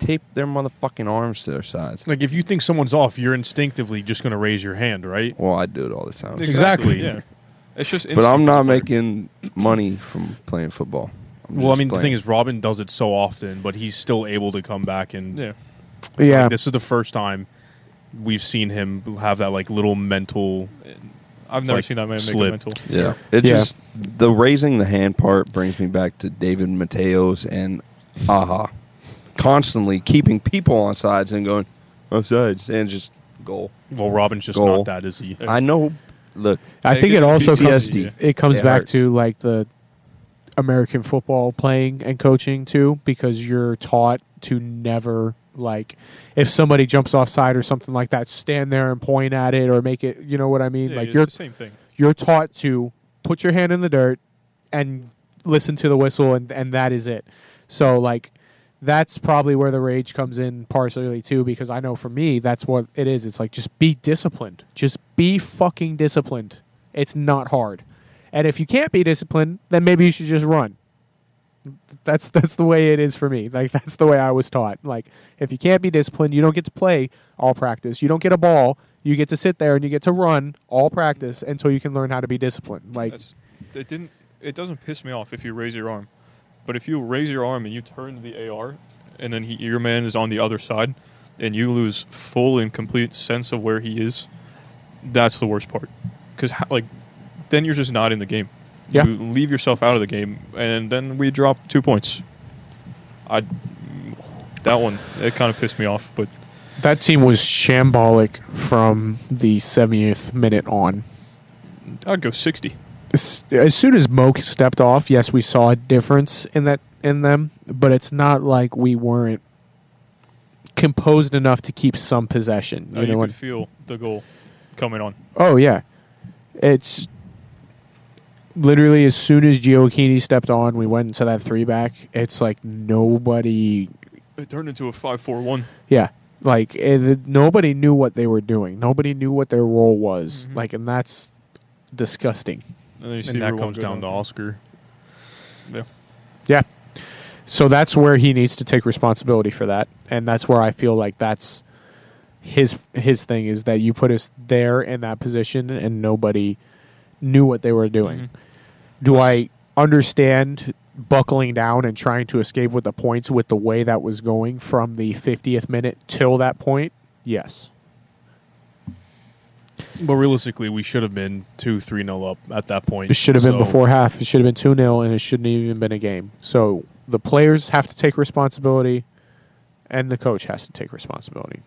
Speaker 3: Tape their motherfucking arms to their sides.
Speaker 4: like if you think someone's off, you're instinctively just going to raise your hand, right?
Speaker 3: Well, I do it all the time.
Speaker 4: Exactly.
Speaker 1: Yeah. It's just.
Speaker 3: But
Speaker 1: instinct
Speaker 3: I'm
Speaker 1: as a
Speaker 3: not
Speaker 1: player.
Speaker 3: making money from playing football. I'm
Speaker 4: Well, I
Speaker 3: just
Speaker 4: mean, the
Speaker 3: playing.
Speaker 4: thing is, Robin does it so often, but he's still able to come back and.
Speaker 1: Yeah.
Speaker 2: yeah,
Speaker 4: This is the first time we've seen him have that like little mental.
Speaker 1: I've never
Speaker 4: like,
Speaker 1: seen that man make a
Speaker 4: slip.
Speaker 1: mental.
Speaker 3: Yeah. It
Speaker 2: Yeah.
Speaker 3: just the raising the hand part brings me back to David Mateos and Aha. Constantly keeping people on sides and going offsides and just goal.
Speaker 4: Well, Robin's just
Speaker 3: Goal.
Speaker 4: not that, is he?
Speaker 3: I know look,
Speaker 2: I
Speaker 1: They
Speaker 2: think
Speaker 1: get
Speaker 2: it also comes.
Speaker 1: PTSD.
Speaker 2: It comes
Speaker 3: It
Speaker 2: back
Speaker 3: hurts.
Speaker 2: to like the American football playing and coaching too, because you're taught to never like if somebody jumps offside or something like that, stand there and point at it or make it. You know what I mean?
Speaker 1: Yeah,
Speaker 2: like
Speaker 1: it's
Speaker 2: you're
Speaker 1: the same thing.
Speaker 2: you're taught to put your hand in the dirt and listen to the whistle and, and that is it so like that's probably where the rage comes in partially too because i know for me that's what it is it's like just be disciplined just be fucking disciplined it's not hard and if you can't be disciplined then maybe you should just run that's that's the way it is for me like that's the way i was taught like if you can't be disciplined you don't get to play all practice you don't get a ball you get to sit there and you get to run all practice until you can learn how to be disciplined like
Speaker 1: That's, it didn't. It doesn't piss me off if you raise your arm, but if you raise your arm and you turn to the AR, and then he, your man is on the other side, and you lose full and complete sense of where he is, that's the worst part. Because like, then you're just not in the game.
Speaker 2: Yeah.
Speaker 1: You leave yourself out of the game, and then we drop two points. I. That one, it kind of pissed me off, but
Speaker 2: that team was shambolic from the 70th minute on
Speaker 1: I'd go 60.
Speaker 2: as as soon as Moke stepped off, yes, we saw a difference in that in them, but it's not like we weren't composed enough to keep some possession.
Speaker 1: Now Oh, you
Speaker 2: you know
Speaker 1: could
Speaker 2: what?
Speaker 1: feel the goal coming on.
Speaker 2: Oh yeah, it's literally as soon as Giochini stepped on, we went into that three back. It's like nobody
Speaker 1: It turned into a 5 4 1.
Speaker 2: Yeah. Like it, nobody knew what they were doing. Nobody knew what their role was.
Speaker 1: Mhm.
Speaker 2: Like and that's disgusting.
Speaker 1: And, then you see
Speaker 4: and that
Speaker 1: everyone
Speaker 4: comes
Speaker 1: go
Speaker 4: down to Oscar.
Speaker 1: Yeah.
Speaker 2: Yeah. So that's where he needs to take responsibility for that. And that's where I feel like that's his his thing is that you put us there in that position and nobody knew what they were doing.
Speaker 1: Mhm.
Speaker 2: Do I understand buckling down and trying to escape with the points with the way that was going from the 50th minute till that point? Yes.
Speaker 4: But realistically, we should have been two, three, nil up at that point.
Speaker 2: It should have been
Speaker 4: So,
Speaker 2: before half. It should have been 2 0, and it shouldn't have even been a game. So the players have to take responsibility, and the coach has to take responsibility.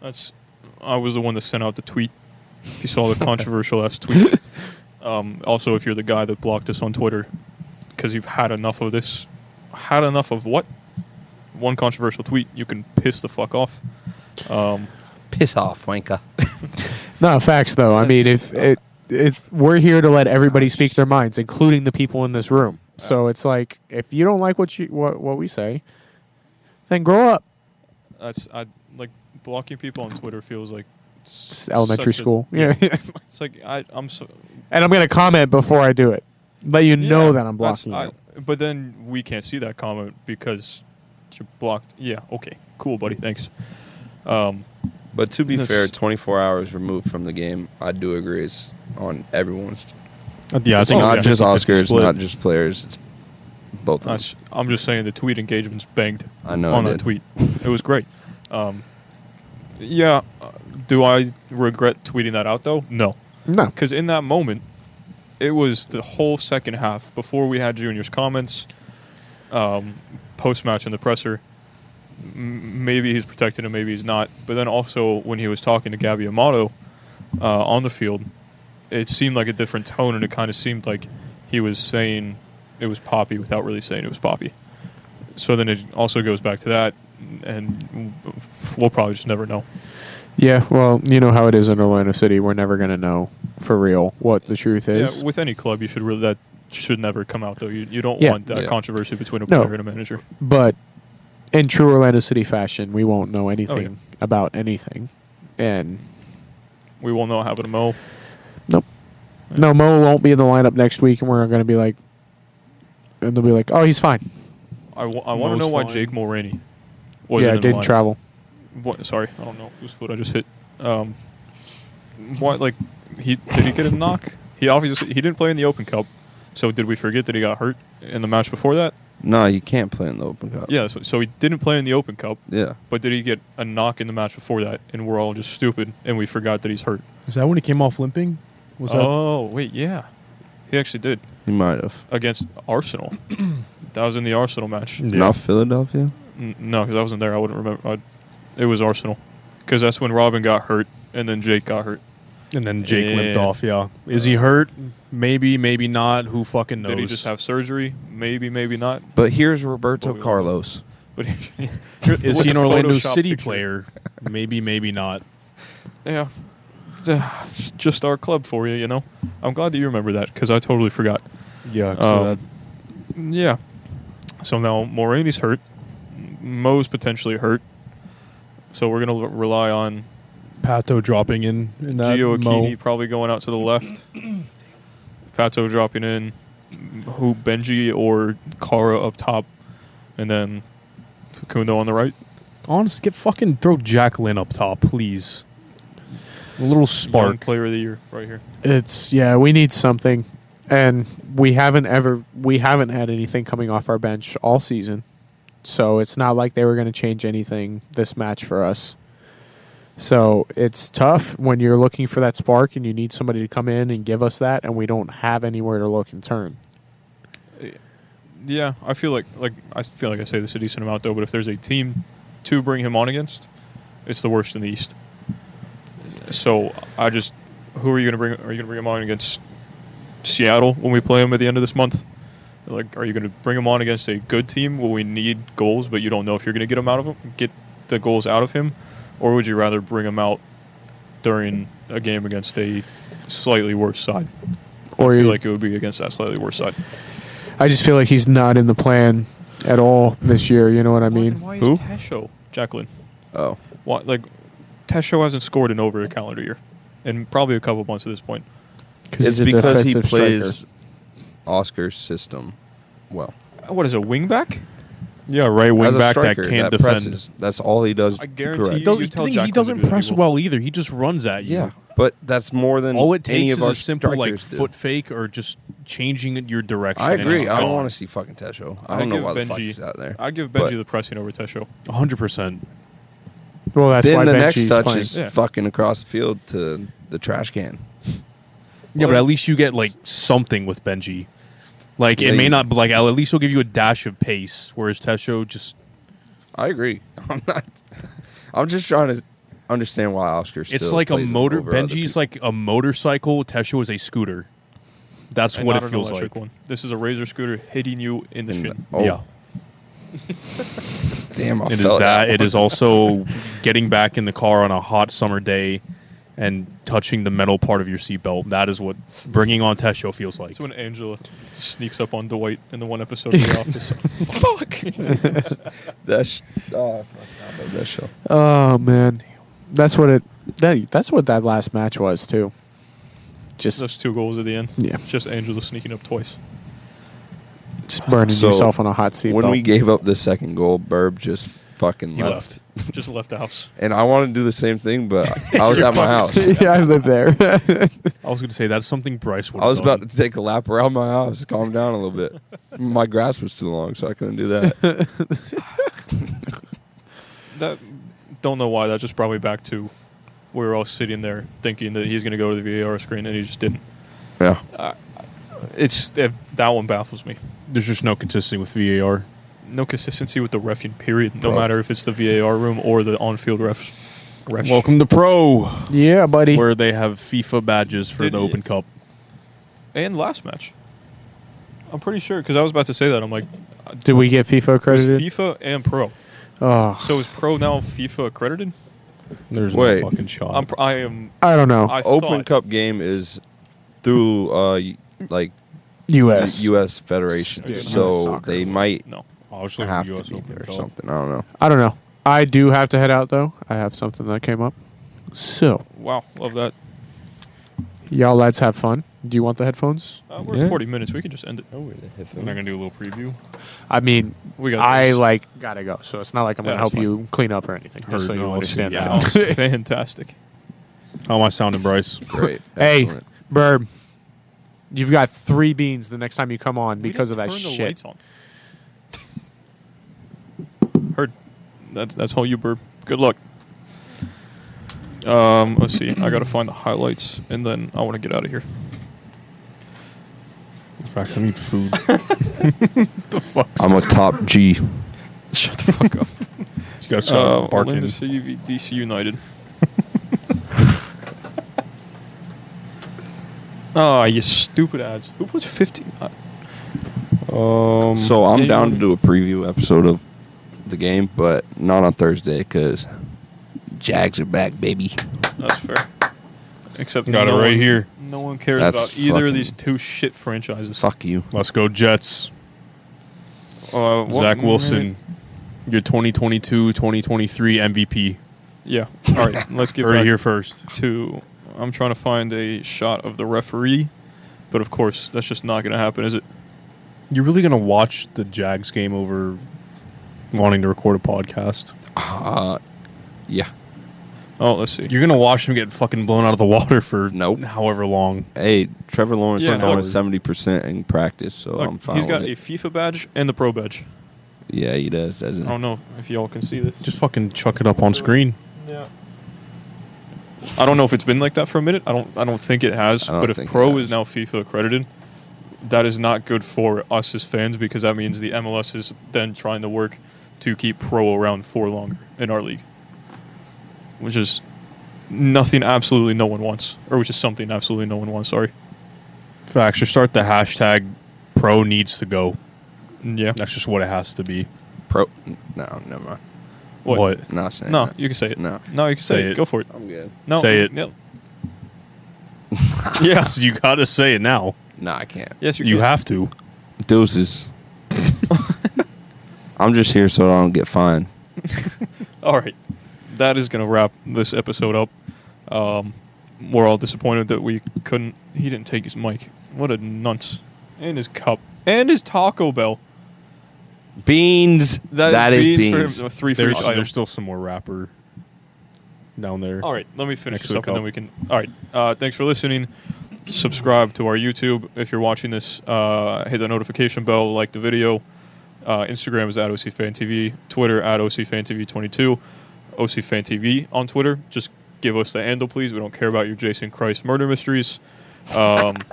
Speaker 1: That's I was the one that sent out the tweet. If you saw the controversial ass tweet. Um, also, if you're the guy that blocked us on Twitter, because you've had enough of this, had enough of what? One controversial tweet, you can piss the fuck off. Um,
Speaker 3: Piss off, wanker.
Speaker 2: No, facts, though. I mean,
Speaker 3: That's-
Speaker 2: if it, it, we're here to let everybody speak their minds, including the people in this room. So it's like, if you don't like what, you, what, what we say, then grow up.
Speaker 1: that's I like blocking people on Twitter feels like s-
Speaker 2: It's elementary
Speaker 1: such a-
Speaker 2: school. yeah.
Speaker 1: It's like I, I'm so
Speaker 2: and I'm going to comment before I do it. Let you
Speaker 1: Yeah,
Speaker 2: know that I'm
Speaker 1: that's-
Speaker 2: blocking you.
Speaker 1: I- but then we can't see that comment because you blocked. Yeah, okay, cool, buddy, thanks. Um,
Speaker 3: But to be
Speaker 1: That's-
Speaker 3: fair, 24 hours removed from the game, I do agree it's on everyone's.
Speaker 4: Yeah, I
Speaker 3: It's
Speaker 4: think
Speaker 3: not
Speaker 4: it's
Speaker 3: just
Speaker 4: a 50-50
Speaker 3: Oscar, it's
Speaker 4: split.
Speaker 3: not just players. It's both of us.
Speaker 1: That's, I'm just saying the tweet engagements banged
Speaker 3: I know.
Speaker 1: on
Speaker 3: it
Speaker 1: that
Speaker 3: did.
Speaker 1: tweet. It was great. Um, yeah, uh, do I regret tweeting that out though? No,
Speaker 2: no.
Speaker 1: because in that moment, it was the whole second half before we had Junior's comments, um, post match in the presser. M- maybe he's protected him, maybe he's not. But then also when he was talking to Gabby Amato uh, on the field, it seemed like a different tone, and it kind of seemed like he was saying it was Poppy without really saying it was Poppy. So then it also goes back to that, and we'll probably just never know.
Speaker 2: Yeah, well, you know how it is in Orlando City. We're never going to know for real what the truth is.
Speaker 1: Yeah, with any club, you should really that should never come out though. You, you don't
Speaker 2: Yeah.
Speaker 1: want that
Speaker 3: Yeah.
Speaker 1: controversy between a
Speaker 2: No.
Speaker 1: player and a manager.
Speaker 2: but in true Orlando City fashion, we won't
Speaker 1: Oh,
Speaker 2: know anything about anything. And
Speaker 1: We will not have it a mo.
Speaker 2: nope. No, Mo won't be in the lineup next week, and we're going to be like, and they'll be like, oh, he's fine.
Speaker 1: I, w- I want to
Speaker 4: Mo's
Speaker 1: know why
Speaker 4: fine.
Speaker 1: Jake Mulroney was
Speaker 2: Yeah, didn't travel.
Speaker 1: What, sorry, I don't know whose foot I just hit. Um, why like he did he get a knock? He obviously he didn't play in the Open Cup. So did we forget that he got hurt in the match before that?
Speaker 3: No, you can't play in the Open Cup.
Speaker 1: Yeah, so, so he didn't play in the Open Cup,
Speaker 3: Oh. Yeah.
Speaker 1: but did he get a knock in the match before that? And we're all just stupid, and we forgot that he's hurt.
Speaker 4: Is that when he came off limping? Was that?
Speaker 1: oh wait, yeah, he actually did.
Speaker 3: You might have.
Speaker 1: against Arsenal. that was in the Arsenal match.
Speaker 4: Yeah.
Speaker 3: Not Philadelphia?
Speaker 1: N- no, because I wasn't there. I wouldn't remember. i it was Arsenal because that's when Robin got hurt and then Jake got hurt.
Speaker 4: And then Jake limped
Speaker 1: Yeah. Uh,
Speaker 4: off. Yeah. Is he hurt? Maybe. Maybe not. Who fucking knows?
Speaker 1: Did he just have surgery? Maybe, maybe not.
Speaker 3: But here's Roberto
Speaker 1: But we-
Speaker 3: Carlos.
Speaker 1: But
Speaker 4: Is
Speaker 1: with
Speaker 4: he an
Speaker 1: a
Speaker 4: Orlando
Speaker 1: Photoshop
Speaker 4: City
Speaker 1: picture.
Speaker 4: player? Maybe, maybe not.
Speaker 1: Yeah. It's, uh, it's just our club for you, you know? I'm glad that you remember that because I totally forgot.
Speaker 4: Yeah.
Speaker 1: Um, Yeah. So now Morani's hurt. Mo's potentially hurt. So we're going to rely on
Speaker 4: Pato dropping in in that
Speaker 1: Gio Akini
Speaker 4: mo.
Speaker 1: probably going out to the left. Pato dropping in. Who Benji or Kara up top. And then Facundo on the right.
Speaker 4: Honest, get fucking throw Jack Lynn up top, please. A little
Speaker 1: Young
Speaker 4: spark.
Speaker 1: player of the year right here.
Speaker 2: It's yeah, we need something, and we haven't ever we haven't had anything coming off our bench all season, so it's not like they were going to change anything this match for us. So it's tough when you're looking for that spark and you need somebody to come in and give us that, and we don't have anywhere to look and turn.
Speaker 1: Yeah, I feel like like I feel like I say this a decent amount though, but if there's a team to bring him on against, it's the worst in the East. So I just, who are you going to bring? Are you going to bring him on against Seattle when we play them at the end of this month? Like, are you going to bring him on against a good team where we need goals, but you don't know if you're going to get him out of him, get the goals out of him, or would you rather bring him out during a game against a slightly worse side?
Speaker 2: Or
Speaker 1: I feel
Speaker 2: you-
Speaker 1: like it would be against that slightly worse side.
Speaker 2: I just feel like he's not in the plan at all this year. You know what I mean?
Speaker 1: Who? Tesho, Jacqueline.
Speaker 3: Oh,
Speaker 1: Why, like, Tesho hasn't scored in over a calendar year, and probably a couple months at this point.
Speaker 2: Because
Speaker 3: it's
Speaker 2: he's a
Speaker 3: because he
Speaker 2: defensive
Speaker 3: plays
Speaker 2: striker.
Speaker 3: Oscar's system. Well,
Speaker 1: Uh, What is a wingback?
Speaker 4: Yeah, right wing
Speaker 3: as a
Speaker 4: back that
Speaker 3: striker,
Speaker 4: can't
Speaker 3: that
Speaker 4: defend.
Speaker 3: presses. That's all he does.
Speaker 1: I guarantee
Speaker 3: correct.
Speaker 1: you- Does- you tell
Speaker 4: he
Speaker 1: Jack Lynn
Speaker 4: doesn't
Speaker 1: to do that,
Speaker 4: press
Speaker 1: he won't.
Speaker 4: well either. He just runs at you.
Speaker 3: Yeah, but that's more than
Speaker 4: All it
Speaker 3: any
Speaker 4: takes
Speaker 3: of
Speaker 4: is
Speaker 3: our
Speaker 4: a simple like
Speaker 3: strikers do.
Speaker 4: foot fake or just changing your direction.
Speaker 3: I agree. I don't want
Speaker 4: to.
Speaker 3: to see fucking Tesho. I
Speaker 1: I'd
Speaker 3: don't know
Speaker 1: give
Speaker 3: why the fuck
Speaker 1: Benji-
Speaker 3: he's out there.
Speaker 1: I'd give Benji
Speaker 3: But-
Speaker 1: the pressing over Tesho.
Speaker 4: hundred percent.
Speaker 2: Well, that's why
Speaker 3: then the
Speaker 2: Benji's
Speaker 3: next touch
Speaker 2: playing.
Speaker 3: is
Speaker 1: Yeah.
Speaker 3: fucking across the field to the trash can.
Speaker 4: Yeah,
Speaker 1: Well,
Speaker 4: but at least you get like something with Benji. Like
Speaker 3: Yeah,
Speaker 4: it may
Speaker 3: you-
Speaker 4: not, but like I'll- at least he'll give you a dash of pace, whereas Tesho just
Speaker 3: I agree. I'm not. I'm just trying to understand why Oscar. Still
Speaker 4: it's like a
Speaker 3: plays
Speaker 4: motor.
Speaker 3: over other
Speaker 4: Benji's
Speaker 3: people.
Speaker 4: like a motorcycle. Tesho is a scooter. That's
Speaker 1: And
Speaker 4: what
Speaker 1: not
Speaker 4: it
Speaker 1: an
Speaker 4: feels
Speaker 1: electric
Speaker 4: like.
Speaker 1: One. This is a razor scooter hitting you in the
Speaker 3: And-
Speaker 1: shin.
Speaker 3: oh,
Speaker 4: Yeah,
Speaker 3: damn! I
Speaker 4: it is
Speaker 3: felt
Speaker 4: that. It is also getting back in the car on a hot summer day and touching the metal part of your seatbelt. That is what bringing on Tesho feels like.
Speaker 1: It's when Angela sneaks up on Dwight in the one episode of The Office. Fuck!
Speaker 3: That sh- oh, fuck, I love that show.
Speaker 2: Oh man, that's what it. That that's what that last match was too. Just
Speaker 1: Those two goals at the end.
Speaker 2: Yeah.
Speaker 1: It's just Angela sneaking up twice.
Speaker 2: just burning
Speaker 3: So,
Speaker 2: yourself on a hot seat.
Speaker 3: When
Speaker 2: belt.
Speaker 3: we gave up the second goal, Burb just fucking
Speaker 1: He
Speaker 3: left.
Speaker 1: left. just left the house.
Speaker 3: And I wanted to do the same thing, but I was at my house.
Speaker 2: yeah, I live there.
Speaker 4: I was going to say that's something Bryce would.
Speaker 3: I was about to take a lap around my house, calm down a little bit. My grass was too long, so I couldn't do that.
Speaker 1: That don't know why. That just brought me back to we were all sitting there thinking that he's going to go to the VAR screen, and he just didn't.
Speaker 3: Yeah.
Speaker 1: It's eh, that one baffles me.
Speaker 4: There's just no consistency with VAR.
Speaker 1: No consistency with the refing period. No
Speaker 3: Bro.
Speaker 1: matter if it's the VAR room or the on-field refs. refs.
Speaker 4: Welcome to Pro,
Speaker 2: yeah, buddy.
Speaker 4: where they have FIFA badges for
Speaker 1: Did-
Speaker 4: the Open Cup.
Speaker 1: and last match. I'm pretty sure because I was about to say that. I'm like,
Speaker 2: Did we get FIFA
Speaker 1: it's
Speaker 2: credited?
Speaker 1: FIFA and Pro.
Speaker 2: oh,
Speaker 1: So is Pro now FIFA accredited?
Speaker 4: There's
Speaker 3: Wait.
Speaker 4: no fucking shot.
Speaker 1: I'm, pr- I am.
Speaker 2: I don't know.
Speaker 1: I
Speaker 3: Open
Speaker 1: thought-
Speaker 3: Cup game is through uh y- like
Speaker 2: U.S.
Speaker 3: U.S. Federation,
Speaker 1: Yeah.
Speaker 3: so
Speaker 2: Soccer.
Speaker 3: they might
Speaker 1: No.
Speaker 4: I was
Speaker 3: have to be there or something. I don't know.
Speaker 2: I don't know. I do have to head out though. I have something that came up. So
Speaker 1: Wow. Love that.
Speaker 2: y'all lads have fun. Do you want the headphones?
Speaker 1: Uh, we're
Speaker 3: Yeah.
Speaker 1: 40 minutes. We can just end it.
Speaker 4: I'm not gonna do a little preview.
Speaker 2: I mean,
Speaker 1: We got.
Speaker 2: I
Speaker 1: this.
Speaker 2: like gotta go. So it's not like I'm
Speaker 1: Yeah,
Speaker 2: gonna
Speaker 1: that's
Speaker 2: help you clean up or anything.
Speaker 4: Heard
Speaker 2: Just so
Speaker 4: no,
Speaker 2: you
Speaker 4: I'll see-
Speaker 2: understand
Speaker 4: yeah,
Speaker 2: that.
Speaker 1: That was fantastic.
Speaker 4: How am I sounding, Bryce?
Speaker 3: Great.
Speaker 2: Hey,
Speaker 3: Excellent.
Speaker 2: Burb, you've got three beans the next time you come on
Speaker 1: We
Speaker 2: because of
Speaker 1: didn't
Speaker 2: that
Speaker 1: turn the lights
Speaker 2: shit.
Speaker 1: on. Heard. That's that's all you burp. Good luck. Um, let's see. I gotta find the highlights, and then I want to get out of here.
Speaker 4: In fact, I need food. the fuck?
Speaker 3: I'm a top G.
Speaker 1: Shut the fuck up.
Speaker 4: You gotta
Speaker 1: Uh,
Speaker 4: start
Speaker 1: Orlando
Speaker 4: barking.
Speaker 1: City v DC United. Ah, you stupid ads. Who puts um, 50? Uh, um,
Speaker 3: So I'm down
Speaker 1: anyone-
Speaker 3: to do a preview episode of the game, but not on Thursday because Jags are back, baby.
Speaker 1: That's fair. Except
Speaker 4: Got it
Speaker 1: no
Speaker 4: right
Speaker 1: one-
Speaker 4: here.
Speaker 1: No one cares
Speaker 3: That's
Speaker 1: about either
Speaker 3: fucking-
Speaker 1: of these two shit franchises.
Speaker 3: Fuck you.
Speaker 4: Let's go Jets.
Speaker 1: Uh, what-
Speaker 4: Zach Wilson, your 2022-2023 MVP.
Speaker 1: Yeah. All right. Let's get
Speaker 4: Heard it
Speaker 1: back
Speaker 4: here first.
Speaker 1: to. I'm trying to find a shot of the referee, but of course that's just not going to happen, is it?
Speaker 4: You're really gonna watch the Jags game over wanting to record a podcast?
Speaker 3: Uh, yeah.
Speaker 1: Oh, let's see.
Speaker 4: You're gonna watch them get fucking blown out of the water for
Speaker 3: Nope.
Speaker 4: however long.
Speaker 3: Hey, Trevor Lawrence
Speaker 1: Yeah,
Speaker 3: is throwing
Speaker 1: look.
Speaker 3: seventy percent in practice, so
Speaker 1: Look,
Speaker 3: I'm fine.
Speaker 1: he's got
Speaker 3: with
Speaker 1: a
Speaker 3: it.
Speaker 1: FIFA badge and the pro badge.
Speaker 3: Yeah, he does, doesn't
Speaker 1: I
Speaker 3: he?
Speaker 1: don't know if y'all can see this.
Speaker 4: Just fucking chuck it up on screen.
Speaker 1: Yeah. I don't know if it's been like that for a minute. I don't. I don't think it has.
Speaker 3: I don't
Speaker 1: But if
Speaker 3: think it
Speaker 1: Pro
Speaker 3: has.
Speaker 1: is now FIFA accredited, that is not good for us as fans because that means the MLS is then trying to work to keep Pro around for longer in our league, which is nothing. Absolutely, no one wants, or which is something absolutely no one wants. Sorry.
Speaker 4: Facts. Just start the hashtag pro needs to go.
Speaker 1: Mm, Yeah.
Speaker 4: That's just what it has to be.
Speaker 3: Pro? No, never mind.
Speaker 1: What?
Speaker 3: Not saying.
Speaker 1: No,
Speaker 3: that.
Speaker 1: you can say it.
Speaker 3: No.
Speaker 1: No, you can say,
Speaker 4: Say
Speaker 1: it.
Speaker 4: it.
Speaker 1: Go for it.
Speaker 3: I'm good.
Speaker 1: No.
Speaker 4: Say it.
Speaker 1: No. yeah.
Speaker 4: You gotta say it now.
Speaker 3: No, I can't.
Speaker 1: Yes, you,
Speaker 4: You
Speaker 1: can.
Speaker 4: have to.
Speaker 3: Deuces. I'm just here so I don't get fined.
Speaker 1: All right. That is going to wrap this episode up. Um, we're all disappointed that we couldn't. He didn't take his mic. What a nonce. And his cup. And his Taco Bell.
Speaker 3: Beans. that is beans.
Speaker 1: beans for him. Three for each
Speaker 4: There's,
Speaker 1: item.
Speaker 4: there's still some more rapper down there.
Speaker 1: All right, let me finish
Speaker 4: Next
Speaker 1: this up and
Speaker 4: week I'll-
Speaker 1: then we can. All right, uh, thanks for listening. Subscribe to our YouTube if you're watching this. Uh, hit the notification bell, like the video. Uh, Instagram is at OCFanTV, Twitter at OCFanTV22, OCFanTV on Twitter. Just give us the handle, please. We don't care about your Jason Christ murder mysteries. Um,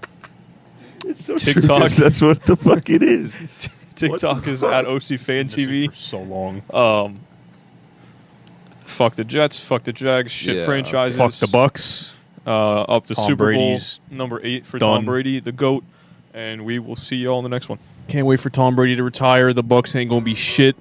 Speaker 3: It's so
Speaker 1: true, 'cause
Speaker 3: that's what the fuck it is.
Speaker 1: TikTok is at
Speaker 4: Missing
Speaker 1: OCFanTV.
Speaker 4: for so long.
Speaker 1: Um, fuck the Jets, fuck the Jags, shit
Speaker 3: Yeah, okay.
Speaker 1: franchises.
Speaker 4: Fuck the Bucks.
Speaker 1: uh, up to
Speaker 4: Tom
Speaker 1: Super
Speaker 4: Brady's
Speaker 1: Bowl number eight for
Speaker 4: done.
Speaker 1: Tom Brady, the goat, and we will see y'all in the next one.
Speaker 4: Can't wait for Tom Brady to retire. The Bucks ain't gonna be shit.